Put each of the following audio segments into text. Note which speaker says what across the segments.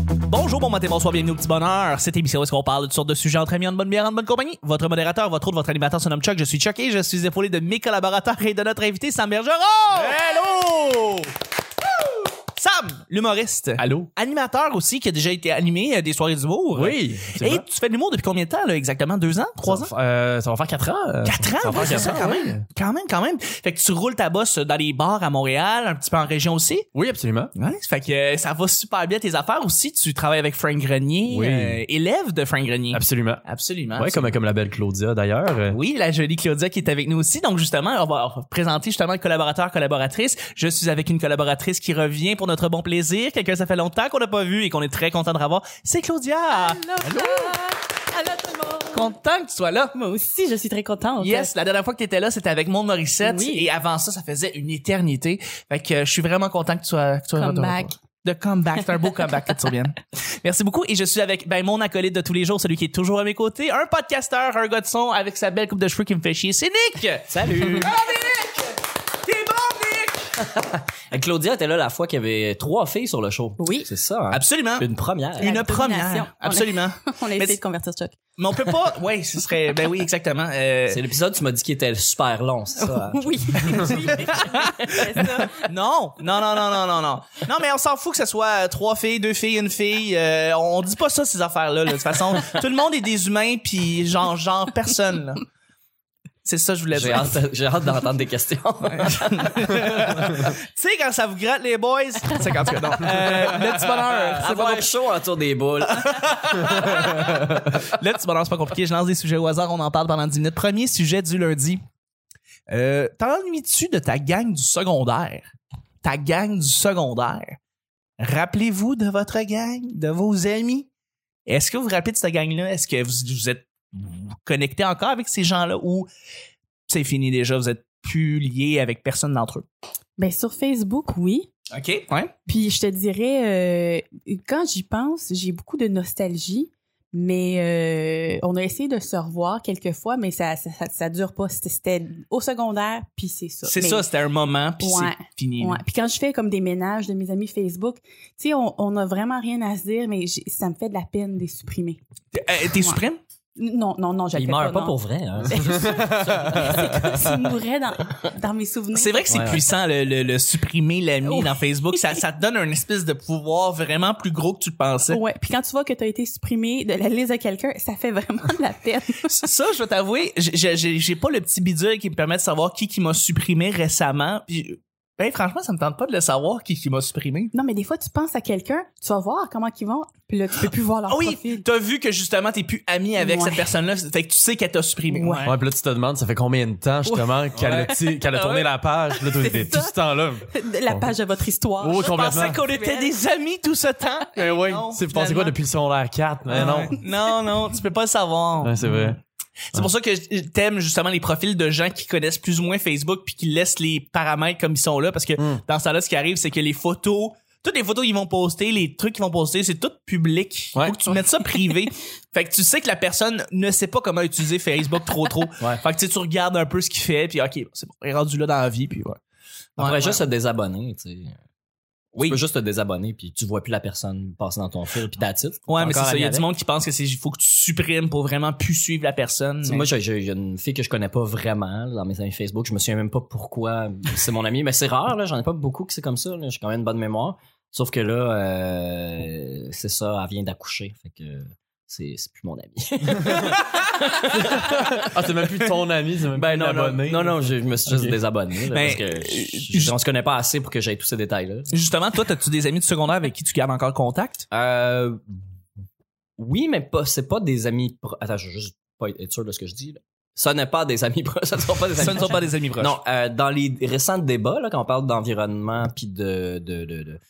Speaker 1: bon matin, bonsoir, bienvenue au petit bonheur. Cette émission où est-ce qu'on parle de toutes sortes de sujets entre amis, en bonne bière, en bonne compagnie. Votre modérateur, votre autre, votre animateur se nomme Chuck. Je suis Chuck et je suis épaulé de mes collaborateurs et de notre invité, Sam Bergeron.
Speaker 2: Hello!
Speaker 1: Sam, l'humoriste.
Speaker 2: Allô?
Speaker 1: Animateur aussi, qui a déjà été animé euh, des soirées d'humour.
Speaker 2: Oui.
Speaker 1: Et tu fais de l'humour depuis combien de temps, là, exactement? Deux ans? Trois ans?
Speaker 2: ça, va- euh, ça va faire 4 ans. euh,
Speaker 1: Quatre ans,
Speaker 2: ça va
Speaker 1: ouais,
Speaker 2: faire
Speaker 1: c'est ça,
Speaker 2: quatre
Speaker 1: quand
Speaker 2: ans, oui.
Speaker 1: même. Quand même, quand même. Fait que tu roules ta bosse dans les bars à Montréal, un petit peu en région aussi.
Speaker 2: Oui, absolument.
Speaker 1: Ouais, fait que euh, ça va super bien tes affaires aussi. Tu travailles avec Frank Grenier,
Speaker 2: Oui.
Speaker 1: euh, élève de Frank Grenier.
Speaker 2: Absolument.
Speaker 1: Absolument.
Speaker 2: Oui, comme, comme la belle Claudia, d'ailleurs. Euh,
Speaker 1: Oui, la jolie Claudia qui est avec nous aussi. Donc justement, on va, on va présenter justement le collaborateur, collaboratrice. Je suis avec une collaboratrice qui revient pour notre bon plaisir. Quelqu'un ça fait longtemps qu'on n'a pas vu et qu'on est très content de revoir. C'est Claudia.
Speaker 3: Allô? Allô tout le monde!
Speaker 1: Content que tu sois là.
Speaker 3: Moi aussi, je suis très contente. euh,
Speaker 1: Yes, la dernière fois que tu étais là, c'était avec Monde Morissette.
Speaker 3: Oui.
Speaker 1: Et avant ça, ça faisait une éternité. Fait que euh, je suis vraiment content que tu sois, que tu sois de
Speaker 3: Comeback.
Speaker 1: retour. De comeback. C'est un beau comeback que tu reviennes. Merci beaucoup. Et je suis avec ben, mon acolyte de tous les jours, celui qui est toujours à mes côtés, un podcasteur, un gars de son avec sa belle coupe de cheveux qui me fait chier. C'est Nick!
Speaker 4: Salut!
Speaker 1: Ah, Nick! T'es bon, Nick!
Speaker 4: Euh, Claudia était là la fois qu'il y avait trois filles sur le show.
Speaker 3: Oui.
Speaker 4: C'est ça. hein?
Speaker 1: Absolument.
Speaker 4: Une première.
Speaker 3: La
Speaker 1: Une
Speaker 3: domination.
Speaker 1: première.
Speaker 3: On a-
Speaker 1: Absolument.
Speaker 3: On a
Speaker 1: Mais
Speaker 3: essayé
Speaker 1: c'est-
Speaker 3: de convertir ce truc.
Speaker 1: Mais on peut pas. Oui, ce serait. Ben oui, exactement. Euh,
Speaker 4: C'est l'épisode, tu m'as dit qu'il était super long, c'est ça? hein?
Speaker 3: Oui. C'est ça.
Speaker 1: Non, non, non, non, non, non, non. Non, mais on s'en fout que ce soit euh, trois filles, deux filles, une fille. euh, on dit pas ça ces affaires-là. là. De toute façon, tout le monde est des humains, puis genre, genre personne. là. C'est ça que je voulais
Speaker 4: J'ai
Speaker 1: dire.
Speaker 4: hâte, j'ai hâte d'entendre des questions.
Speaker 1: Tu sais quand ça vous gratte les boys, c'est quand tu non. Euh, le petit bonheur, c'est
Speaker 4: Avoir
Speaker 1: pas
Speaker 4: un show autour des boules.
Speaker 1: Le petit bonheur, c'est pas compliqué. Je lance des sujets au hasard, on en parle pendant 10 minutes. Premier sujet du lundi. Euh, T'ennuies-tu de ta gang du secondaire? Ta gang du secondaire. Rappelez-vous de votre gang, de vos amis. Est-ce que vous vous rappelez de cette gang-là? Est-ce que vous, vous êtes connecté encore avec ces gens-là ou c'est fini déjà, vous êtes plus lié avec personne d'entre eux?
Speaker 3: Ben, sur Facebook, oui.
Speaker 1: OK. Ouais.
Speaker 3: Puis je te dirais, euh, quand j'y pense, j'ai beaucoup de nostalgie. Mais euh, on a essayé de se revoir quelques fois, mais ça ça, ça, ça dure pas. C'était- C'était au secondaire, puis c'est ça.
Speaker 1: C'est
Speaker 3: Mais-
Speaker 1: ça, c'était un moment, puis
Speaker 3: Ouais.
Speaker 1: c'est fini. là.
Speaker 3: Ouais. Puis quand je fais comme des ménages de mes amis Facebook, tu sais, on on a vraiment rien à se dire, mais j'ai- ça me fait de la peine de les supprimer.
Speaker 1: Euh, T'es
Speaker 3: Ouais.
Speaker 1: suprême?
Speaker 3: Non, non, non, je le
Speaker 4: Il
Speaker 3: fais
Speaker 4: meurt pas
Speaker 3: non.
Speaker 4: pour vrai. hein?
Speaker 3: Ben, c'est comme s'il mourait dans, dans mes souvenirs.
Speaker 1: C'est vrai que c'est
Speaker 4: Ouais, ouais.
Speaker 1: puissant le, le- le supprimer l'ami
Speaker 3: Oui.
Speaker 1: dans Facebook, ça, ça te donne un espèce de pouvoir vraiment plus gros que tu le pensais.
Speaker 3: Ouais. Puis quand tu vois que tu as été supprimé de la liste de quelqu'un, ça fait vraiment de la peine.
Speaker 1: Ça, je vais t'avouer, j'ai- j'ai j'ai- j'ai pas le petit bidule qui me permet de savoir qui qui m'a supprimé récemment. Puis, ben franchement, ça me tente pas de le savoir qui qui m'a supprimé.
Speaker 3: Non, mais des fois, tu penses à quelqu'un, tu vas voir comment ils vont, puis là, tu peux plus voir leur
Speaker 1: Ah oui,
Speaker 3: profil.
Speaker 1: t'as vu que justement t'es plus ami avec
Speaker 3: Ouais.
Speaker 1: cette personne-là, fait que tu sais qu'elle t'a supprimé.
Speaker 3: Ouais.
Speaker 2: Ouais, puis là, tu te demandes, ça fait combien de temps, justement, qu'elle a, ti-
Speaker 4: Ah
Speaker 2: qu'elle a tourné
Speaker 1: Ouais.
Speaker 2: la page? Là,
Speaker 3: C'est
Speaker 2: t'es tout
Speaker 3: ça.
Speaker 2: ce temps-là.
Speaker 3: La page de votre histoire.
Speaker 2: Oh,
Speaker 1: Je pensais
Speaker 2: complètement.
Speaker 1: qu'on était des amis tout ce temps.
Speaker 2: Eh oui.
Speaker 1: Non,
Speaker 2: C'est passé quoi
Speaker 1: finalement.
Speaker 2: depuis le secondaire 4? Mais
Speaker 4: Ah
Speaker 2: Ben non.
Speaker 1: Ouais. Non, non, tu peux pas le savoir.
Speaker 2: Ouais, c'est vrai.
Speaker 1: C'est pour ça que je- t'aimes justement les profils de gens qui connaissent plus ou moins Facebook puis qui laissent les paramètres comme ils sont là parce que
Speaker 2: Mm.
Speaker 1: dans ça là ce qui arrive c'est que les photos toutes les photos qu'ils vont poster, les trucs qu'ils vont poster, c'est tout public.
Speaker 2: Ouais.
Speaker 1: Faut que tu mettes ça privé. fait que tu sais que la personne ne sait pas comment utiliser Facebook trop trop.
Speaker 2: Ouais.
Speaker 1: Fait que tu sais, tu regardes un peu ce qu'il fait puis OK, c'est bon, il est rendu là dans la vie puis ouais.
Speaker 4: On
Speaker 1: Ouais,
Speaker 4: pourrait
Speaker 1: ouais.
Speaker 4: juste se désabonner, tu sais.
Speaker 1: Oui.
Speaker 4: Tu peux juste te désabonner, puis tu vois plus la personne passer dans ton fil, puis t'as titre.
Speaker 1: Ouais, mais c'est ça, il y a du monde qui pense que c'est il faut que tu supprimes pour vraiment plus suivre la personne.
Speaker 4: Tu sais,
Speaker 1: Mais-
Speaker 4: Moi, j'ai j'ai- j'ai une fille que je connais pas vraiment là, dans mes amis Facebook. Je me souviens même pas pourquoi c'est mon amie, mais c'est rare. là. J'en ai pas beaucoup que c'est comme ça. là. J'ai quand même une bonne mémoire. Sauf que là, euh, c'est ça, elle vient d'accoucher. Fait que c'est c'est plus mon amie.
Speaker 2: Ah, c'est même plus ton ami, c'est même plus
Speaker 4: Ben non,
Speaker 2: l'abonné.
Speaker 4: non, non, je, je me suis juste
Speaker 2: Ok.
Speaker 4: désabonné. là,
Speaker 1: Ben,
Speaker 4: parce que je-
Speaker 1: euh,
Speaker 4: je- on se connaît pas assez pour que j'aie tous ces détails-là.
Speaker 1: Justement, toi, as-tu des amis de secondaire avec qui tu gardes encore contact?
Speaker 4: Euh, oui, mais pas, c'est pas des amis. pro- Attends, je veux juste pas être sûr de ce que je dis. Là. Ça n'est pas des amis proches. Ça ne sont pas des amis
Speaker 1: Ça ne sont pas des amis proches.
Speaker 4: Non, euh, dans les récents débats, là, quand on parle d'environnement puis de de, de, de,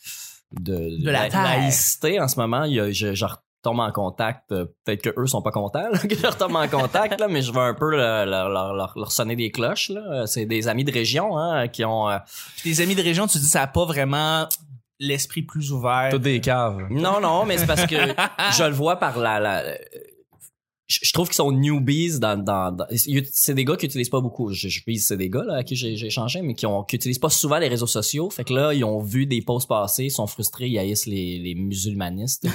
Speaker 4: de-
Speaker 1: De la terre.
Speaker 4: laïcité en ce moment, il y a- je, je retombe en contact. euh, Peut-être que eux sont pas contents là, que je retombe en contact, là, mais je vais un peu euh, leur, leur, leur- leur sonner des cloches. là. Euh, C'est des amis de région hein, qui ont. euh,
Speaker 1: Tes amis de région, tu dis ça a pas vraiment l'esprit plus ouvert.
Speaker 2: Toutes des caves.
Speaker 4: Non, non, mais c'est parce que je le vois par la. la- je, je trouve qu'ils sont newbies dans, dans, dans- c'est des gars qui utilisent pas beaucoup je, je vise c'est des gars là à qui j'ai j'ai échangé mais qui ont qui utilisent pas souvent les réseaux sociaux fait que là ils ont vu des posts passer ils sont frustrés ils haïssent les, les musulmanistes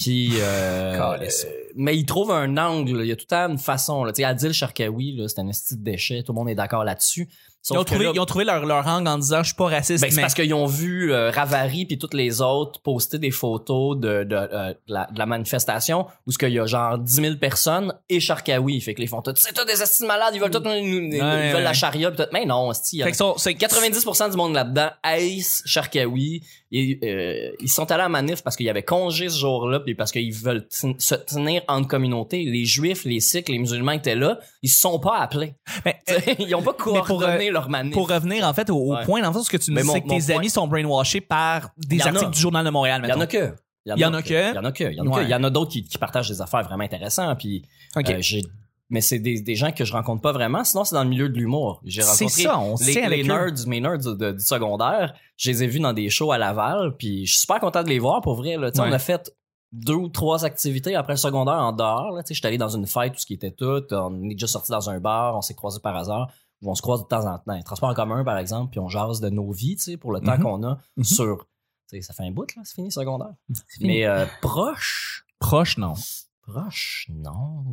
Speaker 4: puis euh,
Speaker 1: Calisse.
Speaker 4: mais ils trouvent un angle il y a tout le temps une façon là tu sais Adil Sharkawi là c'est un esti de déchet tout le monde est d'accord là-dessus Sauf
Speaker 1: Ils ont
Speaker 4: que
Speaker 1: trouvé,
Speaker 4: là-
Speaker 1: ils ont trouvé leur, leur angle en disant je suis pas raciste,
Speaker 4: ben, c'est
Speaker 1: mais
Speaker 4: parce qu'ils ont vu euh, Ravari puis toutes les autres poster des photos de, de, euh, de la, de la manifestation où ce qu'il y a genre 10 000 personnes et Sharkawi. Fait que les font tous, c'est tous des estimes malades, ils veulent tous, nous- nous- nous- ils
Speaker 1: ouais,
Speaker 4: veulent la
Speaker 1: ouais.
Speaker 4: charia pis tout. Mais non, esti, il y en a-
Speaker 1: Fait que sont- c'est
Speaker 4: 90% du monde là-dedans haïssent Sharkawi. Et, euh, ils sont allés à la manif parce qu'il y avait congé ce jour-là, puis parce qu'ils veulent ten- se tenir en communauté. Les juifs, les sikhs, les musulmans étaient là, ils se sont pas appelés.
Speaker 1: Mais-
Speaker 4: ils ont pas
Speaker 1: pour, euh,
Speaker 4: coordonné leur manif.
Speaker 1: pour revenir en fait au, au
Speaker 4: euh, Ouais.
Speaker 1: point dans le sens que tu me
Speaker 4: Mais
Speaker 1: dis
Speaker 4: mon-
Speaker 1: c'est que
Speaker 4: mon
Speaker 1: tes
Speaker 4: point-
Speaker 1: amis sont brainwashés par des
Speaker 4: Y en a.
Speaker 1: articles du journal de Montréal
Speaker 4: Il y en
Speaker 1: maintenant.
Speaker 4: a que.
Speaker 1: Il y en a que.
Speaker 4: Il y en a que. Il y en a que.
Speaker 1: Ouais.
Speaker 4: Il y en a d'autres qui, qui partagent des affaires vraiment intéressantes. Puis,
Speaker 1: Ok.
Speaker 4: euh, j'ai- mais c'est des, des gens que je rencontre pas vraiment. Sinon, c'est dans le milieu de l'humour. J'ai
Speaker 1: c'est
Speaker 4: rencontré
Speaker 1: ça, on se
Speaker 4: les,
Speaker 1: tient
Speaker 4: les
Speaker 1: avec eux.
Speaker 4: nerds, mes nerds de- du secondaire. Je les ai vus dans des shows à Laval. Puis, je suis super content de les voir pour vrai. Là. Tu sais,
Speaker 1: Ouais.
Speaker 4: On a fait deux ou trois activités après le secondaire en dehors. là. Tu sais, J'étais allé dans une fête, tout ce qui était tout. On est déjà sorti dans un bar, on s'est croisés par hasard. Ou on se croise de temps en temps. Transport en commun, par exemple, puis on jase de nos vies, tu sais, pour le temps
Speaker 1: Mhm.
Speaker 4: qu'on a
Speaker 1: Mhm.
Speaker 4: sur. tu sais, ça fait un bout, là, c'est fini, secondaire.
Speaker 3: fini.
Speaker 4: Mais euh, proche,
Speaker 1: Proche, non.
Speaker 4: proche, non.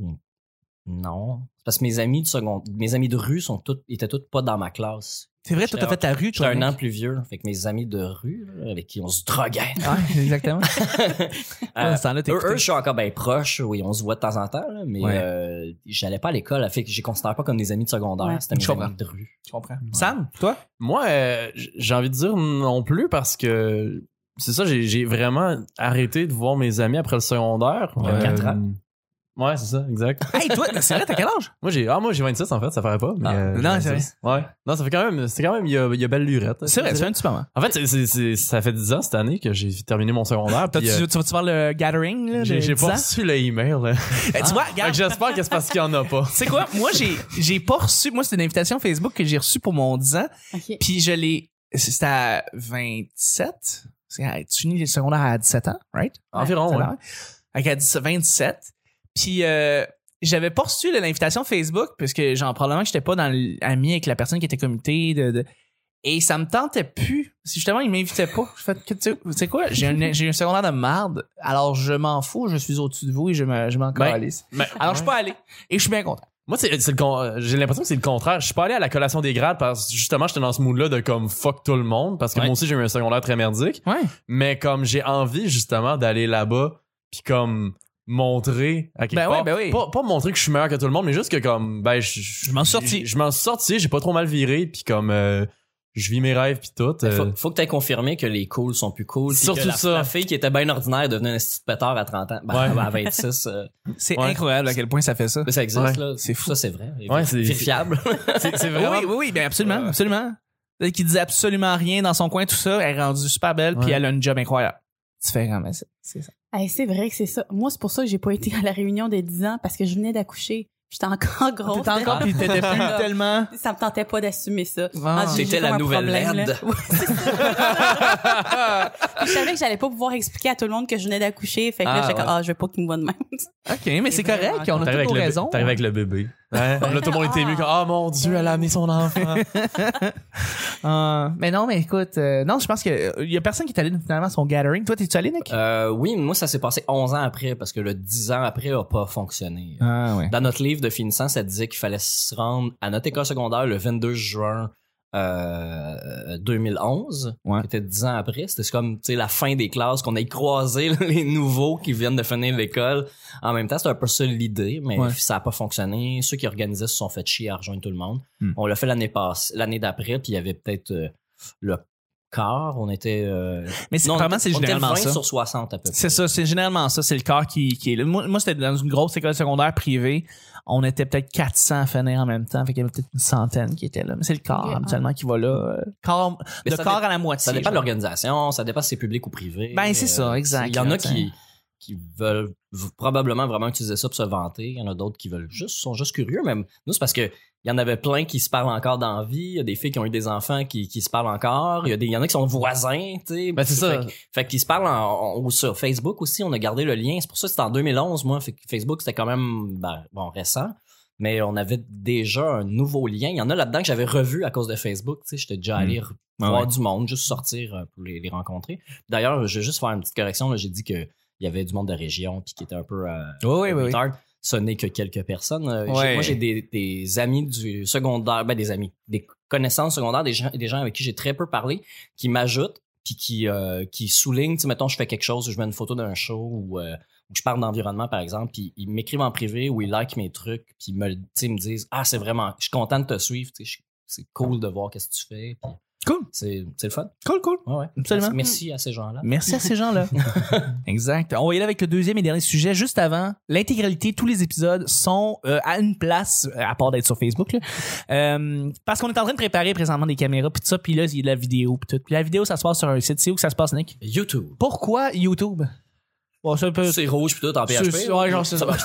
Speaker 4: Non. C'est Parce que mes amis, de second... mes amis de rue sont toutes, étaient tous pas dans ma classe.
Speaker 1: C'est vrai, toi, t'as fait ta rue,
Speaker 4: J'étais
Speaker 1: toi.
Speaker 4: un an
Speaker 1: mec.
Speaker 4: plus vieux. Fait que mes amis de rue, là, avec qui on se droguait.
Speaker 1: Ouais, exactement.
Speaker 4: euh,
Speaker 1: Dans ce temps-là,
Speaker 4: eux,
Speaker 1: t'écoutais.
Speaker 4: eux, je suis encore bien proche. Oui, on se voit de temps en temps, là, mais
Speaker 1: Ouais.
Speaker 4: euh, j'allais pas à l'école. là, Fait que je les considère pas comme des amis de secondaire.
Speaker 3: Ouais.
Speaker 4: C'était mes
Speaker 1: Je comprends.
Speaker 4: amis de rue.
Speaker 1: Je comprends. Sam, toi?
Speaker 2: Moi, euh, j- j'ai envie de dire non plus parce que c'est ça, j'ai j'ai vraiment arrêté de voir mes amis après le secondaire. Euh,
Speaker 4: Il y a quatre ans.
Speaker 2: Ouais, c'est ça, exact.
Speaker 1: Hey, toi, c'est vrai, t'as quel âge?
Speaker 2: Moi, j'ai ah, moi, j'ai 26 en fait, ça ferait pas. Mais,
Speaker 4: Ah.
Speaker 2: euh,
Speaker 1: Non,
Speaker 2: 26.
Speaker 1: c'est vrai.
Speaker 2: Ouais. Non, ça fait quand même, c'est quand même, il y a, il y a belle lurette.
Speaker 1: C'est vrai,
Speaker 2: Je
Speaker 1: c'est
Speaker 2: dirais.
Speaker 1: un petit moment.
Speaker 2: En fait, c'est- c'est- c'est- ça fait 10 ans cette année que j'ai terminé mon secondaire.
Speaker 1: T'as-
Speaker 2: puis, euh,
Speaker 1: tu, tu vas-tu voir le gathering, là? de
Speaker 2: j'ai j'ai
Speaker 1: 10
Speaker 2: pas
Speaker 1: ans?
Speaker 2: reçu l'email. là.
Speaker 1: Eh,
Speaker 4: Ah.
Speaker 1: Tu vois,
Speaker 2: Fait
Speaker 4: Ben,
Speaker 2: que
Speaker 1: regarde,
Speaker 2: J'espère que c'est parce qu'il y en a pas.
Speaker 1: tu sais quoi? Moi, j'ai, j'ai pas reçu. Moi, c'est une invitation Facebook que j'ai reçue pour mon 10 ans.
Speaker 3: OK.
Speaker 1: Puis je l'ai. C'était à 27. C'est à- Tu finis les secondaires à 17 ans, right?
Speaker 2: Environ, ouais.
Speaker 1: Avec à 10 27. Puis euh, j'avais pas reçu là, l'invitation Facebook parce que genre probablement que j'étais pas dans l'ami avec la personne qui était comité de, de- et ça me tentait plus. Si justement il m'invitait pas, je fais que tu tu sais quoi, j'ai un j'ai un secondaire de marde. Alors je m'en fous, je suis au-dessus de vous et je me- je m'en
Speaker 2: Ben,
Speaker 1: calisse.
Speaker 2: Mais-
Speaker 1: Alors je suis pas allé et je suis bien content.
Speaker 2: Moi, c'est, c'est le con- euh, j'ai l'impression que c'est le contraire. Je suis pas allé à la collation des grades parce que justement, j'étais dans ce mood-là de comme fuck tout le monde parce que
Speaker 4: Ouais.
Speaker 2: moi aussi, j'ai eu un secondaire très merdique.
Speaker 1: Ouais.
Speaker 2: Mais comme j'ai envie justement d'aller là-bas puis comme montrer à quelque
Speaker 1: Ben
Speaker 2: part.
Speaker 1: oui, ben oui.
Speaker 2: Pas, pas montrer que je suis meilleur que tout le monde, mais juste que comme, ben, je,
Speaker 1: Je m'en suis sorti.
Speaker 2: Je, je m'en suis sorti, j'ai pas trop mal viré puis comme, euh, je vis mes rêves puis tout.
Speaker 4: Faut,
Speaker 2: euh,
Speaker 4: faut que t'aies confirmé que les cools sont plus cool. puis que
Speaker 2: Surtout
Speaker 4: la,
Speaker 2: ça.
Speaker 4: La fille qui était bien ordinaire devenait un petit pétard à 30 ans. Ben,
Speaker 2: Ouais.
Speaker 4: à 26. euh,
Speaker 1: C'est
Speaker 2: Ouais.
Speaker 1: incroyable à quel point ça fait ça.
Speaker 4: mais ça existe,
Speaker 2: Ouais.
Speaker 4: là.
Speaker 1: C'est fou.
Speaker 4: Ça, c'est vrai.
Speaker 2: Ouais, c'est-
Speaker 4: Vérifiable.
Speaker 2: c'est, c'est
Speaker 1: Oui,
Speaker 2: vraiment.
Speaker 1: oui, oui, bien absolument,
Speaker 4: Ouais.
Speaker 1: absolument. Elle qui disait absolument rien dans son coin, tout ça, elle est rendue super belle, puis
Speaker 2: Ouais.
Speaker 1: elle a une job incroyable. Différent, mais c'est c'est ça.
Speaker 3: Hey, c'est vrai que c'est ça. Moi, c'est pour ça que j'ai pas été à la réunion des 10 ans parce que je venais d'accoucher. J'étais encore grosse.
Speaker 1: T'étais encore, puis t'étais plus
Speaker 3: Ah.
Speaker 1: tellement.
Speaker 3: Ça me tentait pas d'assumer ça.
Speaker 1: Ah,
Speaker 3: Rendu, j'ai
Speaker 4: T'étais
Speaker 3: comme
Speaker 4: la
Speaker 3: un
Speaker 4: nouvelle
Speaker 3: problème,
Speaker 4: laide.
Speaker 3: là. Ouais, c'est ça. je savais que j'allais pas pouvoir expliquer à tout le monde que je venais d'accoucher. Fait que là,
Speaker 2: Ah,
Speaker 3: j'étais comme,
Speaker 2: ouais.
Speaker 3: ah, je veux pas qu'ils me voient de même.
Speaker 1: ok, mais c'est
Speaker 3: C'est
Speaker 1: correct,
Speaker 3: vraiment
Speaker 1: on a
Speaker 2: T'arrives
Speaker 1: toutes
Speaker 2: avec,
Speaker 1: nos
Speaker 2: le, bé-
Speaker 1: raisons. Ah.
Speaker 2: t'arrives avec le bébé. Hein? Là, tout le monde était
Speaker 3: Ah.
Speaker 2: ému. Comme, oh mon Dieu, elle a amené son enfant.
Speaker 1: Euh, mais non, mais écoute, euh, non, je pense que euh, y a personne qui est allé finalement à son gathering. Toi, t'es-tu allé, Nick?
Speaker 4: Euh, oui, moi, ça s'est passé 11 ans après parce que le 10 ans après a pas fonctionné.
Speaker 1: Ah, ouais.
Speaker 4: Dans notre livre de finissant, ça disait qu'il fallait se rendre à notre école secondaire le 22 juin euh, 2011.
Speaker 1: Ouais.
Speaker 4: C'était 10 ans après. C'était comme tu sais, la fin des classes, qu'on ait croisé les nouveaux qui viennent de finir l'école. En même temps, c'était un peu ça l'idée, mais
Speaker 1: Ouais.
Speaker 4: ça n'a pas fonctionné. Ceux qui organisaient se sont fait chier à rejoindre tout le monde.
Speaker 1: Hmm.
Speaker 4: On l'a fait l'année passée, l'année d'après, puis il y avait peut-être euh, le quart. On était... euh,
Speaker 1: Mais c'est
Speaker 4: non, on
Speaker 1: vraiment, c'est
Speaker 4: était- on était
Speaker 1: généralement
Speaker 4: 20
Speaker 1: ça.
Speaker 4: sur 60 à peu près.
Speaker 1: C'est ça, c'est généralement ça, c'est le corps qui, qui est là. Moi, moi, c'était dans une grosse école secondaire privée. On était peut-être 400 à finir en même temps, fait qu'il y avait peut-être une centaine qui étaient là. Mais c'est le corps,
Speaker 3: Ok, ah.
Speaker 1: habituellement, qui va là. euh, corps-
Speaker 4: Mais
Speaker 1: le
Speaker 4: ça
Speaker 1: corps à la moitié.
Speaker 4: Ça dépend de
Speaker 1: genre.
Speaker 4: l'organisation, ça dépend si c'est public ou privé.
Speaker 1: Ben, c'est ça,
Speaker 4: Euh,
Speaker 1: exact,
Speaker 4: Il y en
Speaker 1: là,
Speaker 4: a qui, qui veulent v- probablement vraiment utiliser ça pour se vanter. Il y en a d'autres qui veulent juste, sont juste curieux même. Nous, c'est parce que il y en avait plein qui se parlent encore dans la vie. Il y a des filles qui ont eu des enfants qui, qui se parlent encore. Il y, a des, il y en a qui sont voisins, tu sais.
Speaker 2: Ben, c'est
Speaker 4: Fait
Speaker 2: ça.
Speaker 4: que- Fait qu'ils se parlent en- en- ou sur Facebook aussi. On a gardé le lien. C'est pour ça que c'était en 2011, moi. Fait que Facebook, c'était quand même ben, bon, récent. Mais on avait déjà un nouveau lien. Il y en a là-dedans que j'avais revu à cause de Facebook. Tu sais, j'étais déjà allé re-
Speaker 1: Ah
Speaker 4: voir
Speaker 1: ouais.
Speaker 4: du monde, juste sortir euh, pour les, les rencontrer. D'ailleurs, je vais juste faire une petite correction. là. J'ai dit que il y avait du monde de région puis qui était un peu euh,
Speaker 1: Oui, oui, oui.
Speaker 4: retard. Ce n'est que quelques personnes. Euh, j'ai-
Speaker 1: Ouais.
Speaker 4: Moi, j'ai des, des amis du secondaire, ben des amis, des connaissances secondaires, des gens, des gens avec qui j'ai très peu parlé, qui m'ajoutent puis qui, euh, qui soulignent, tu sais, mettons, je fais quelque chose, je mets une photo d'un show ou euh, ou je parle d'environnement, par exemple, puis ils m'écrivent en privé ou ils likent mes trucs, puis ils me, tu sais, ils me disent Ah, c'est vraiment, je suis content de te suivre, tu sais, je- c'est cool de voir qu'est-ce que tu fais. puis
Speaker 1: Cool.
Speaker 4: C'est c'est le fun.
Speaker 1: Cool, cool.
Speaker 4: Ouais, ouais.
Speaker 1: Absolument. Mm.
Speaker 4: Merci à ces gens-là.
Speaker 1: Merci à ces gens-là. exact. On va y aller avec le deuxième et dernier sujet juste avant. L'intégralité, tous les épisodes sont euh, à une place, euh, à part d'être sur Facebook, là. Euh, parce qu'on est en train de préparer présentement des caméras, puis tout ça, puis là, il y a de la vidéo, puis tout. Puis la vidéo, ça se passe sur un site. C'est où que ça se passe, Nick?
Speaker 4: YouTube.
Speaker 1: Pourquoi YouTube? Bon, ça peut...
Speaker 4: C'est rouge plutôt en
Speaker 1: Euh, C'est-
Speaker 4: PHP.
Speaker 1: ouais, genre, c'est ça.
Speaker 4: va.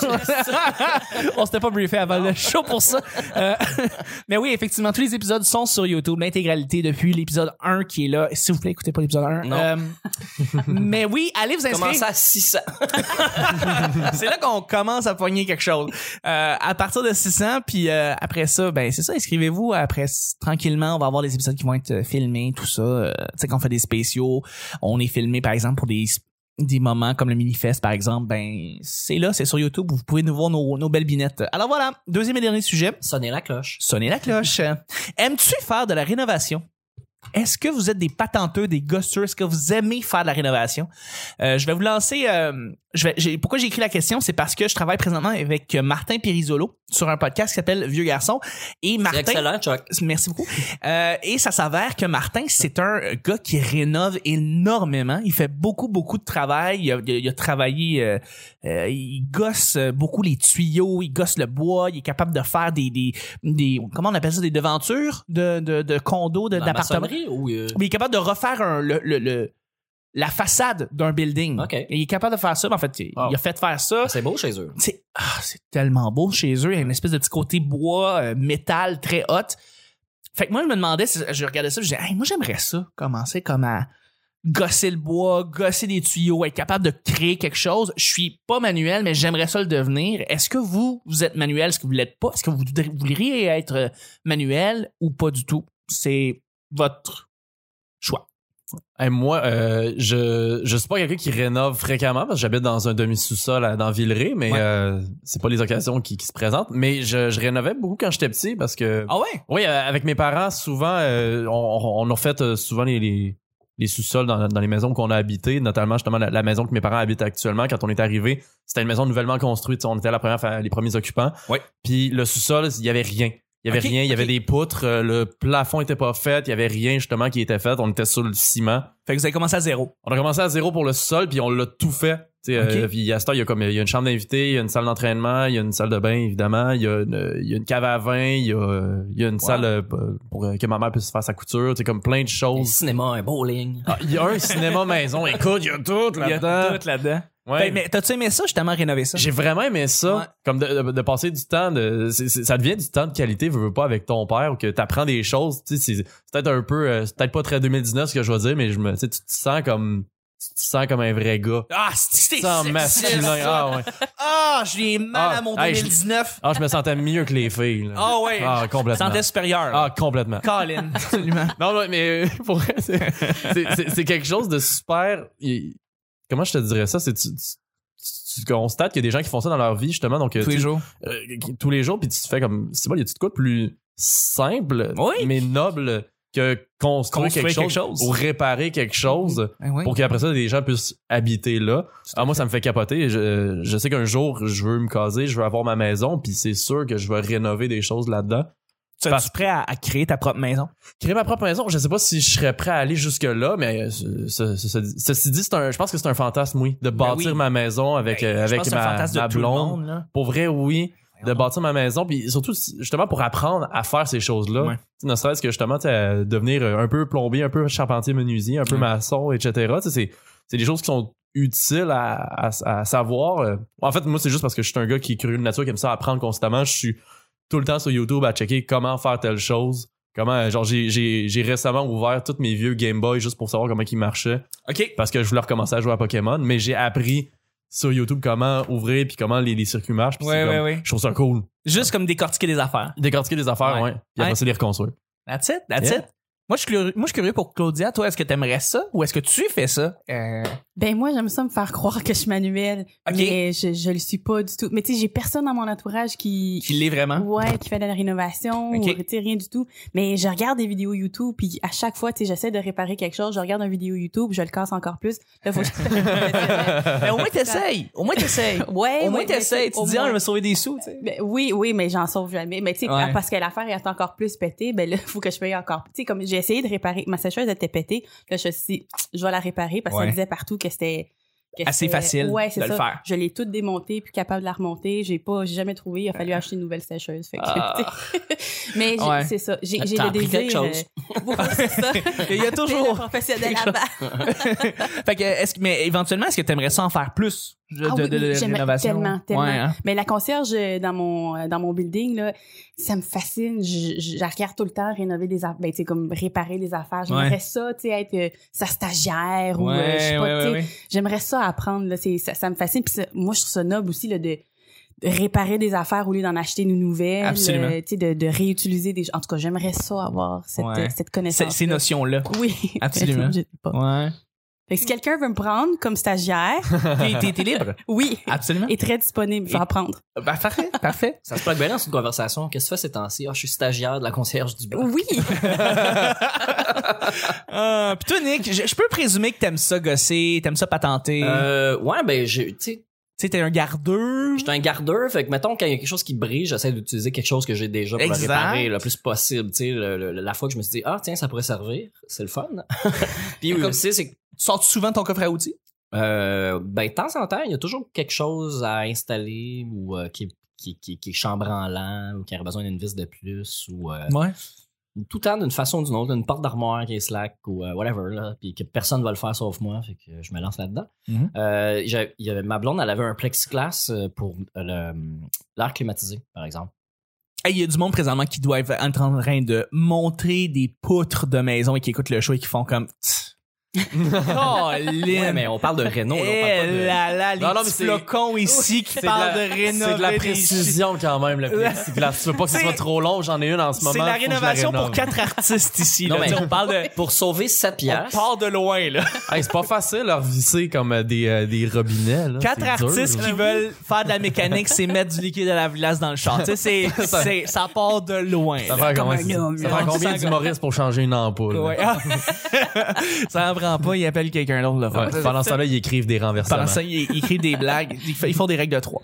Speaker 1: On s'était pas briefé avant le show pour ça. Euh, mais oui, effectivement, tous les épisodes sont sur YouTube, l'intégralité depuis l'épisode 1 qui est là. S'il vous plaît, écoutez pas l'épisode 1.
Speaker 4: Non.
Speaker 1: Euh, mais oui, allez vous inscrire.
Speaker 4: Commence à 600.
Speaker 1: C'est là qu'on commence à poigner quelque chose. Euh, à partir de 600, puis euh, après ça, ben c'est ça, inscrivez-vous. Après, s- tranquillement, on va avoir des épisodes qui vont être euh, filmés, tout ça. Euh, tu sais, quand on fait des spéciaux, on est filmé, par exemple, pour des des moments comme le mini-fest, par exemple, ben c'est là, c'est sur YouTube, vous pouvez nous voir nos, nos belles binettes. Alors voilà, deuxième et dernier sujet,
Speaker 4: Sonnez la cloche.
Speaker 1: sonnez la cloche. Aimes-tu faire de la rénovation? Est-ce que vous êtes des patenteux, des gosseurs? Est-ce que vous aimez faire de la rénovation? Euh, je vais vous lancer. euh, je vais, j'ai- pourquoi j'ai écrit la question, c'est parce que je travaille présentement avec euh, Martin Pirisolo sur un podcast qui s'appelle Vieux garçon. Et
Speaker 4: C'est
Speaker 1: Martin,
Speaker 4: excellent, Chuck.
Speaker 1: Merci beaucoup. Euh, et ça s'avère que Martin, c'est un gars qui rénove énormément. Il fait beaucoup, beaucoup de travail. Il a, il a- il a travaillé, euh, euh, il gosse beaucoup les tuyaux, il gosse le bois, il est capable de faire des, des, des comment on appelle ça, des devantures de, de, de condos, de-
Speaker 4: La
Speaker 1: d'appartements.
Speaker 4: maçonnerie ou euh,
Speaker 1: Mais il est capable de refaire un- le, le- le- la façade d'un building.
Speaker 4: OK.
Speaker 1: Et Il est capable de faire ça. mais En fait, il,
Speaker 4: Wow.
Speaker 1: il a fait faire ça.
Speaker 4: c'est beau chez eux.
Speaker 1: C'est ah, c'est tellement beau chez eux. Il y a une espèce de petit côté bois, euh, métal, très hot. Fait que moi, je me demandais, c'est- je regardais ça, je disais, Hey, moi, j'aimerais ça, commencer comme à gosser le bois, gosser des tuyaux, être capable de créer quelque chose. Je suis pas manuel, mais j'aimerais ça le devenir. Est-ce que vous, vous êtes manuel? Est-ce que vous l'êtes pas? Est-ce que vous voudriez- voudriez être euh, manuel ou pas du tout? C'est votre choix.
Speaker 2: Hey, moi, euh, je je suis pas quelqu'un qui rénove fréquemment parce que j'habite dans un demi-sous-sol à- dans Villeray, mais
Speaker 1: Ouais.
Speaker 2: euh, c'est pas les occasions qui, qui se présentent. Mais je, je rénovais beaucoup quand j'étais petit parce que
Speaker 1: Ah ouais?
Speaker 2: oui, euh, avec mes parents, souvent, euh, on, on, on a fait euh, souvent les, les, les sous-sols dans, dans les maisons qu'on a habitées, notamment justement la, la maison que mes parents habitent actuellement. Quand on est arrivé, c'était une maison nouvellement construite. On était la première, fa- les premiers occupants.
Speaker 1: Ouais.
Speaker 2: Puis le sous-sol, il y avait rien. Il y avait
Speaker 1: Ok,
Speaker 2: rien. Il y avait
Speaker 1: ok.
Speaker 2: des poutres. euh, Le plafond était pas fait. Il y avait rien justement qui était fait. On était sur le ciment.
Speaker 1: Fait que vous avez commencé à zéro.
Speaker 2: On a commencé à zéro pour le sol, puis on l'a tout fait. Tu sais,
Speaker 1: Ok.
Speaker 2: euh, puis à cette heure, il y a comme il y a une chambre d'invité, il y a une salle d'entraînement, il y a une salle de bain évidemment, il y a une, il y a une cave à vin, il y a, euh, il y a une salle euh, pour euh, que ma mère puisse faire sa couture, c'est comme plein de
Speaker 4: Un
Speaker 2: choses.
Speaker 4: cinéma, un bowling.
Speaker 2: Ah, Il y a un cinéma maison, écoute, il y a tout
Speaker 1: Il y a
Speaker 2: là-dedans.
Speaker 1: tout là-dedans.
Speaker 2: Ouais.
Speaker 1: Fait que, mais t'as-tu aimé ça, justement, rénover ça?
Speaker 2: J'ai vraiment aimé ça,
Speaker 1: Ouais.
Speaker 2: comme de, de- de passer du temps, de, c'est- c'est- ça devient du temps de qualité, veux, veux pas, avec ton père, ou que t'apprends des choses, tu sais, c'est c'est peut-être un peu, euh, c'est peut-être pas très 2019 ce que je veux dire, mais je me, tu sais, tu te sens comme, tu te sens comme un vrai gars.
Speaker 1: Ah, c'était
Speaker 2: Sans masculin. Ah, ouais.
Speaker 1: Ah, j'ai mal
Speaker 2: Ah,
Speaker 1: à mon
Speaker 2: hey, je-
Speaker 1: 2019.
Speaker 2: ah, je me sentais mieux que les filles. là.
Speaker 1: Ah ouais.
Speaker 2: Ah,
Speaker 1: Je me
Speaker 2: complètement.
Speaker 1: sentais supérieur.
Speaker 2: Ah, complètement.
Speaker 1: Colin. Absolument.
Speaker 2: Non, non, mais euh, pour vrai, c'est- c'est c'est- c'est quelque chose de super. il- Comment je te dirais ça? C'est tu, tu- tu constates qu'il y a des gens qui font ça dans leur vie, justement. Donc, euh, tu-
Speaker 1: jours.
Speaker 2: euh, qui- tous les jours, puis tu te fais comme. C'est bon, y a-tu de quoi de plus simple,
Speaker 1: Oui.
Speaker 2: mais noble que construire,
Speaker 1: Construire
Speaker 2: quelque,
Speaker 1: quelque
Speaker 2: chose,
Speaker 1: chose.
Speaker 2: ou réparer quelque chose?
Speaker 1: oui.
Speaker 2: pour qu'après ça, les gens puissent habiter là. Ah, moi, ça me fait capoter. Je, je sais qu'un jour, je veux me caser, je veux avoir ma maison, puis c'est sûr que je vais rénover des choses là-dedans.
Speaker 1: Tu es prêt à, à créer ta propre maison?
Speaker 2: Créer ma propre maison, je sais pas si je serais prêt à aller jusque-là, mais euh, ce- ce- ce- ce- ceci dit, c'est un, je pense que c'est un fantasme, oui, de
Speaker 1: Ben
Speaker 2: bâtir
Speaker 1: oui.
Speaker 2: ma maison avec,
Speaker 1: Ben,
Speaker 2: euh,
Speaker 1: je
Speaker 2: avec
Speaker 1: pense que c'est un
Speaker 2: ma,
Speaker 1: fantasme
Speaker 2: ma
Speaker 1: de tout le
Speaker 2: blonde.
Speaker 1: monde, là.
Speaker 2: Pour vrai, oui, de
Speaker 1: Voyons
Speaker 2: bâtir ma maison, puis surtout, justement, pour apprendre à faire ces choses-là.
Speaker 1: Ouais.
Speaker 2: Tu sais, Ne serait-ce que, justement, tu sais, euh, devenir euh, un peu plombier, un peu charpentier-menuisier, un peu
Speaker 1: Ouais.
Speaker 2: maçon, etc. Tu sais, C'est c'est des choses qui sont utile à, à- à savoir. Euh, En fait, moi, c'est juste parce que je suis un gars qui est curieux de nature, qui aime ça apprendre constamment. Je suis tout le temps sur YouTube à checker comment faire telle chose. Comment, euh, genre, j'ai- j'ai j'ai récemment ouvert tous mes vieux Game Boy juste pour savoir comment ils marchaient
Speaker 1: OK.
Speaker 2: parce que je voulais recommencer à jouer à Pokémon, mais j'ai appris sur YouTube comment ouvrir puis comment les, les circuits marchent. puis c'est
Speaker 1: Ouais,
Speaker 2: comme-
Speaker 1: ouais, ouais.
Speaker 2: Je trouve ça cool.
Speaker 1: Juste comme décortiquer des affaires.
Speaker 2: Décortiquer des affaires,
Speaker 1: Ouais.
Speaker 2: ouais. Puis après,
Speaker 1: Ouais.
Speaker 2: c'est les reconstruire.
Speaker 1: That's it, that's
Speaker 2: Yeah.
Speaker 1: it. Moi, je suis curieux, moi, je suis curieux pour Claudia. Toi, est-ce que t'aimerais ça ou est-ce que tu fais ça? Euh,
Speaker 3: Ben moi, j'aime ça me faire croire que je suis manuel,
Speaker 1: Ok.
Speaker 3: mais je, je le suis pas du tout. Mais tu sais, j'ai personne dans mon entourage qui...
Speaker 1: tu l'es vraiment?
Speaker 3: Ouais, qui fait de la rénovation,
Speaker 1: Ok.
Speaker 3: ou, tu sais, rien du tout. Mais je regarde des vidéos YouTube, puis à chaque fois, tu sais, j'essaie de réparer quelque chose, je regarde une vidéo YouTube, je le casse encore plus. Là, faut que je...
Speaker 1: Mais Ben, au moins, t'essayes. Au moins, t'essayes.
Speaker 2: Ben
Speaker 3: ouais,
Speaker 1: au moins,
Speaker 3: ouais,
Speaker 1: t'essayes.
Speaker 3: mais
Speaker 1: Tu
Speaker 3: au
Speaker 1: dis, ah,
Speaker 3: moins-
Speaker 1: je vais sauver des sous, tu sais.
Speaker 3: Ben oui, oui, mais j'en sauve jamais. Mais tu sais,
Speaker 1: Ouais.
Speaker 3: parce que l'affaire est encore plus pétée, ben là, il faut que je paye encore. Tu sais, comme j'ai essayé de réparer, ma sécheuse était pétée. Là, je me suis dit, je vais la réparer parce
Speaker 1: Ouais.
Speaker 3: qu'elle disait partout que c'était. que
Speaker 1: Assez
Speaker 3: c'était-
Speaker 1: facile
Speaker 3: ouais, c'est
Speaker 1: de le
Speaker 3: ça.
Speaker 1: faire.
Speaker 3: Je l'ai toute démontée, puis capable de la remonter. J'ai pas, j'ai jamais trouvé. Il a fallu acheter une nouvelle sécheuse. Fait que,
Speaker 1: Euh. Ah.
Speaker 3: tu sais. mais j'ai-
Speaker 1: Ouais.
Speaker 3: c'est ça. J'ai, j'ai
Speaker 4: T'as
Speaker 3: le
Speaker 4: appris
Speaker 3: désir.
Speaker 4: quelque chose.
Speaker 3: euh, oui, c'est ça.
Speaker 1: Il y a
Speaker 3: T'es le
Speaker 1: toujours.
Speaker 3: professionnel
Speaker 1: quelque
Speaker 3: là-bas.
Speaker 1: Fait que, est-ce, que- mais éventuellement, est-ce que t'aimerais ça en faire plus de,
Speaker 3: Ah
Speaker 1: de-
Speaker 3: oui,
Speaker 1: de- de
Speaker 3: oui, j'aimerais
Speaker 1: rénovation?
Speaker 3: tellement, tellement.
Speaker 1: Ouais, hein?
Speaker 3: Mais la concierge euh, dans mon euh, dans mon building là, ça me fascine. Je, je- je la regarde tout le temps rénover des affaires, ben, tu sais, comme réparer des affaires. J'aimerais
Speaker 1: Ouais.
Speaker 3: ça, tu sais, être euh, sa stagiaire ou euh, je
Speaker 1: Ouais,
Speaker 3: sais pas, tu
Speaker 1: ouais,
Speaker 3: sais,
Speaker 1: ouais, ouais.
Speaker 3: J'aimerais ça apprendre là, c'est- ça, ça me fascine. Puis ça- moi je trouve ça noble aussi là, de de réparer des affaires au lieu d'en acheter une nouvelle,
Speaker 1: Absolument.
Speaker 3: euh, tu sais, de, de réutiliser des. En tout cas, j'aimerais ça avoir cette,
Speaker 1: Ouais.
Speaker 3: euh, cette
Speaker 1: Ces,
Speaker 3: connaissance.
Speaker 1: ces notions-là.
Speaker 3: Oui,
Speaker 1: Absolument.
Speaker 3: Je sais pas.
Speaker 1: Ouais.
Speaker 3: Fait que si quelqu'un veut me prendre comme stagiaire,
Speaker 1: T'es, t'es- t'es libre.
Speaker 3: oui,
Speaker 1: Absolument.
Speaker 3: est très disponible, je vais apprendre.
Speaker 1: Bah, parfait, parfait.
Speaker 4: Ça se plaque bien dans une conversation. Qu'est-ce que tu fais ces temps-ci? Ah, je suis stagiaire de la concierge du bloc.
Speaker 3: Oui,
Speaker 1: Euh, Puis toi, Nick, je, je peux présumer que t'aimes ça gosser, t'aimes ça patenter.
Speaker 4: Euh, ouais, ben, j'ai- tu sais,
Speaker 1: Tu sais, t'es un gardeux.
Speaker 4: j'étais un gardeur, fait que mettons, quand il y a quelque chose qui brille, j'essaie d'utiliser quelque chose que j'ai déjà pour
Speaker 1: Exact.
Speaker 4: le réparer le plus possible. Tu sais, le- le- la fois que je me suis dit, ah, tiens, ça pourrait servir, c'est le fun. Puis
Speaker 1: Comme-
Speaker 4: aussi, c'est que,
Speaker 1: Sors-tu souvent ton coffre à outils?
Speaker 4: euh, ben, de temps en temps, il y a toujours quelque chose à installer ou euh, qui, qui, qui, qui est chambranlant ou qui aurait besoin d'une vis de plus ou. euh,
Speaker 1: Ouais.
Speaker 4: tout le temps d'une façon ou d'une autre, une porte d'armoire qui est slack ou euh, whatever, là, puis que personne va le faire sauf moi, fait que je me lance là-dedans.
Speaker 1: Mhm.
Speaker 4: Euh, j'ai- il y avait- ma blonde, elle avait un plexiglas euh, pour euh, le- l'air climatisé, par exemple.
Speaker 1: Hey, Il y a du monde présentement qui doit être en train de monter des poutres de maison et qui écoutent le show et qui font comme. Tch. oh,
Speaker 4: Ouais, mais on parle de Renault, là, on parle pas de-
Speaker 1: Eh là, là, les
Speaker 2: Non, non, mais
Speaker 1: petits
Speaker 2: c'est-
Speaker 1: flocons ici qui
Speaker 2: C'est de
Speaker 1: parlent de,
Speaker 2: la-
Speaker 1: rénover
Speaker 2: C'est de la
Speaker 1: des
Speaker 2: précision quand même, le plexiglas. Tu veux pas que ce
Speaker 1: C'est-
Speaker 2: soit trop long, j'en ai une en ce
Speaker 1: chi-
Speaker 2: moment.
Speaker 1: C'est la
Speaker 2: faut que je
Speaker 1: rénovation pour
Speaker 2: rénove.
Speaker 1: quatre artistes ici.
Speaker 4: Non,
Speaker 1: là.
Speaker 4: mais-
Speaker 1: Tu sais, On parle de.
Speaker 4: Pour sauver 7
Speaker 1: On
Speaker 4: piastres.
Speaker 1: part de loin, là.
Speaker 2: Hey, c'est pas facile de revisser comme euh, des, euh, des robinets. Là.
Speaker 1: Quatre
Speaker 2: C'est dur,
Speaker 1: artistes
Speaker 2: là.
Speaker 1: qui veulent faire de la mécanique, c'est mettre du liquide à la glace dans le char. Tu sais, c'est, c'est, ça part de loin.
Speaker 2: Ça
Speaker 1: là.
Speaker 2: prend
Speaker 1: Comme
Speaker 2: combien,
Speaker 1: un homme,
Speaker 2: ça
Speaker 1: là.
Speaker 2: prend combien d'humoristes pour changer une ampoule?
Speaker 1: Ouais. Ah.
Speaker 2: là?
Speaker 1: ça en prend pas, il appelle quelqu'un d'autre le faire.
Speaker 2: Ouais, Pendant ce temps-là, ils écrivent des renversements.
Speaker 1: Pendant ça, ils, ils écrivent des blagues, ils, fa- ils font des règles de trois.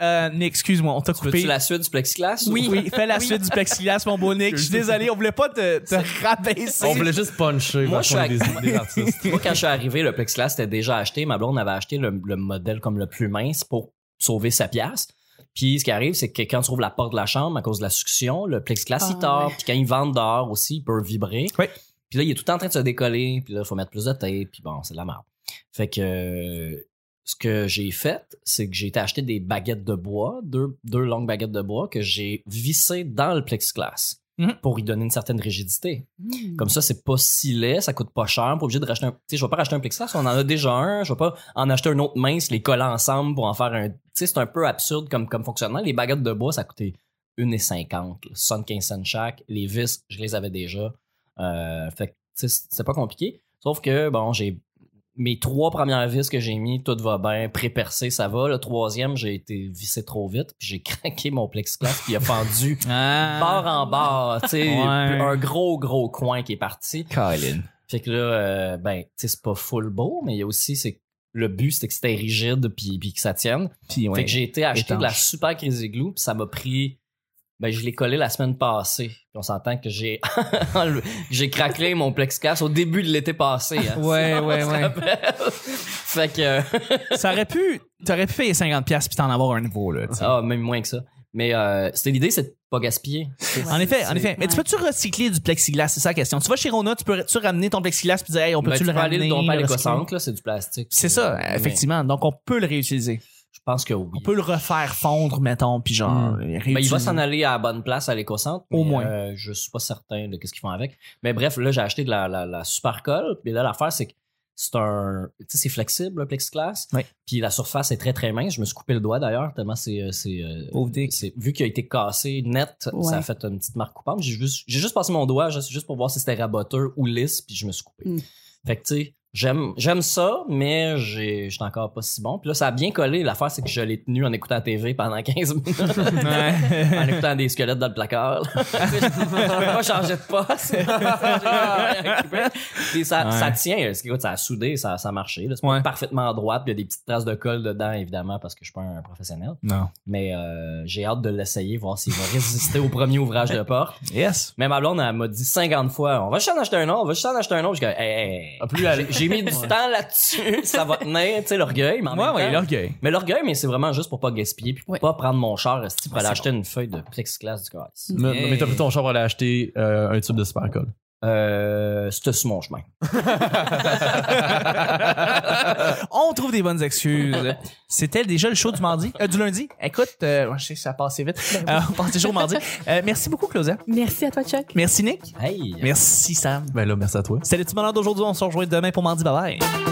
Speaker 1: Euh, Nick, excuse-moi, on t'a coupé.
Speaker 4: Veux-tu la suite du plexiglas? ou-
Speaker 1: Oui, fais la suite du plexiglas, mon beau Nick. Je suis désolé, on voulait pas te, te rabaisser.
Speaker 2: On voulait juste puncher.
Speaker 4: Moi,
Speaker 2: parce
Speaker 4: je
Speaker 2: qu'on
Speaker 4: suis
Speaker 2: est des, des artistes.
Speaker 4: Moi, quand je suis arrivé, le plexiglas était déjà acheté. Ma blonde avait acheté le, le modèle comme le plus mince pour sauver sa pièce. Puis ce qui arrive, c'est que quand tu ouvres la porte de la chambre à cause de la succion, le plexiglas il
Speaker 3: Ah,
Speaker 4: tord.
Speaker 3: ouais.
Speaker 4: Puis quand il vente dehors aussi, il peut vibrer.
Speaker 1: Oui.
Speaker 4: Puis là, il est tout le temps en train de se décoller. Puis là, il faut mettre plus de tape. Puis bon, c'est de la merde. Fait que euh, ce que j'ai fait, c'est que j'ai été acheter des baguettes de bois, deux, deux longues baguettes de bois que j'ai vissées dans le plexiglas
Speaker 1: Mhm.
Speaker 4: pour y donner une certaine rigidité.
Speaker 3: Mm.
Speaker 4: Comme ça, c'est pas si laid, ça coûte pas cher. Pas obligé de racheter un. Tu sais, je vais pas racheter un plexiglas, on en a déjà un. Je vais pas en acheter un autre mince, les coller ensemble pour en faire un. Tu sais, c'est un peu absurde comme, comme fonctionnement. Les baguettes de bois, ça coûtait 1,50, là, 75 cents chaque. Les vis, je les avais déjà. Euh, fait que, tu sais, c'est pas compliqué. Sauf que, bon, j'ai. Mes trois premières vis que j'ai mis, tout va bien, pré-percé, ça va. Le troisième, j'ai été vissé trop vite, puis j'ai craqué mon plexiglas, puis il a fendu
Speaker 1: Ah.
Speaker 4: barre en barre, tu sais,
Speaker 1: Ouais.
Speaker 4: un gros gros coin qui est parti.
Speaker 1: Colin.
Speaker 4: Fait que là, euh, ben, tu sais, c'est pas full beau, mais il y a aussi, c'est que le but, c'était que c'était rigide puis, puis que ça tienne.
Speaker 1: Puis, ouais.
Speaker 4: Fait que j'ai été acheter
Speaker 1: étanche.
Speaker 4: de la super Crazy Glue, puis ça m'a pris. Ben, je l'ai collé la semaine passée. Puis on s'entend que j'ai enlevé- j'ai craquelé mon plexiglas au début de l'été passé. hein.
Speaker 1: Ouais,
Speaker 4: On
Speaker 1: ouais,
Speaker 4: se
Speaker 1: ouais.
Speaker 4: rappelle. fait que. euh,
Speaker 1: Ça aurait pu, t'aurais pu payer 50$ piastres puis t'en avoir un nouveau, là. tu sais.
Speaker 4: Ah, même moins que ça. Mais euh, c'était l'idée, c'est de pas gaspiller.
Speaker 1: En effet, en
Speaker 4: c'est-
Speaker 1: effet. Mais tu
Speaker 3: ouais.
Speaker 1: peux-tu recycler du plexiglas? C'est ça la question. Tu vas chez Rona, tu peux tu ramener ton plexiglas puis dire, hey, on
Speaker 4: On peut
Speaker 1: peut-tu
Speaker 4: Ben, tu
Speaker 1: le
Speaker 4: peux aller
Speaker 1: ramener?
Speaker 4: le domper à
Speaker 1: le recycler?
Speaker 4: l'éco-centre, là, c'est du plastique. euh,
Speaker 1: C'est ça,
Speaker 4: Mais
Speaker 1: effectivement. Donc, on peut le réutiliser.
Speaker 4: Je pense que oui.
Speaker 1: On peut le refaire fondre, mettons, puis genre, euh,
Speaker 2: Mm.
Speaker 1: réutiliser.
Speaker 4: Mais Hmm. Ben, il va s'en aller à la bonne place à l'éco-centre.
Speaker 1: Au
Speaker 4: mais,
Speaker 1: moins.
Speaker 4: euh, je suis pas certain de qu'est-ce qu'ils font avec. Mais bref, là, j'ai acheté de la, la, la super colle. Mais là, l'affaire, c'est que c'est un. Tu sais, c'est flexible, le plexiglas.
Speaker 1: Oui.
Speaker 4: Puis la surface est très, très mince. Je me suis coupé le doigt d'ailleurs, tellement c'est. euh, c'est, euh,
Speaker 1: Pauvre dick.
Speaker 4: c'est- vu qu'il a été cassé net,
Speaker 3: Ouais.
Speaker 4: ça a fait une petite marque coupante. J'ai juste, j'ai juste passé mon doigt juste, juste pour voir si c'était raboteux ou lisse, puis je me suis coupé.
Speaker 3: Mm.
Speaker 4: Fait que, tu sais, j'aime, j'aime ça, mais j'ai, j'étais encore pas si bon. Puis là, ça a bien collé. L'affaire, c'est que je l'ai tenu en écoutant la TV pendant 15 minutes en écoutant des squelettes dans le placard. là. je peux pas changer de poste. J'ai rien à couper. Puis ça,
Speaker 1: Ouais.
Speaker 4: ça tient. là. Parce que, écoute, ça a soudé, ça, ça a marché. là. C'est pas
Speaker 1: Ouais.
Speaker 4: parfaitement droite. puis Il y a des petites traces de colle dedans, évidemment, parce que je suis pas un professionnel.
Speaker 1: Non.
Speaker 4: Mais euh, j'ai hâte de l'essayer, voir s'il va résister au premier ouvrage de porte.
Speaker 1: Yes.
Speaker 4: Même ma blonde, elle m'a dit 50 fois, on va juste en acheter un autre, on va juste en acheter un autre. Je dis, hey, hey,
Speaker 2: Ah,
Speaker 4: plus j'ai mis du temps là-dessus, ça va tenir, tu sais, l'orgueil. Mais en
Speaker 1: Ouais,
Speaker 4: même
Speaker 1: ouais,
Speaker 4: temps-
Speaker 1: l'orgueil.
Speaker 4: mais l'orgueil, mais c'est vraiment juste pour pas gaspiller puis pour
Speaker 3: Oui.
Speaker 4: pas prendre mon char esti, pour
Speaker 1: Ah,
Speaker 4: aller
Speaker 1: c'est
Speaker 4: acheter une feuille de plexiglas du gaz.
Speaker 3: Mm.
Speaker 2: Mais, mais t'as pris ton char pour aller acheter euh, un tube de supercolle.
Speaker 4: Euh, c'était sur mon chemin.
Speaker 1: On trouve des bonnes excuses. C'était déjà le show du mardi, euh, du lundi. Écoute, euh, je sais que ça a passé vite. Euh, on passe toujours au mardi. Euh, merci beaucoup, Claudia.
Speaker 3: Merci à toi, Chuck.
Speaker 1: Merci, Nick.
Speaker 4: Hey!
Speaker 1: Merci, Sam.
Speaker 2: Ben là, merci à toi.
Speaker 1: C'était le petit bonheur d'aujourd'hui. On se rejoint demain pour mardi. Bye bye.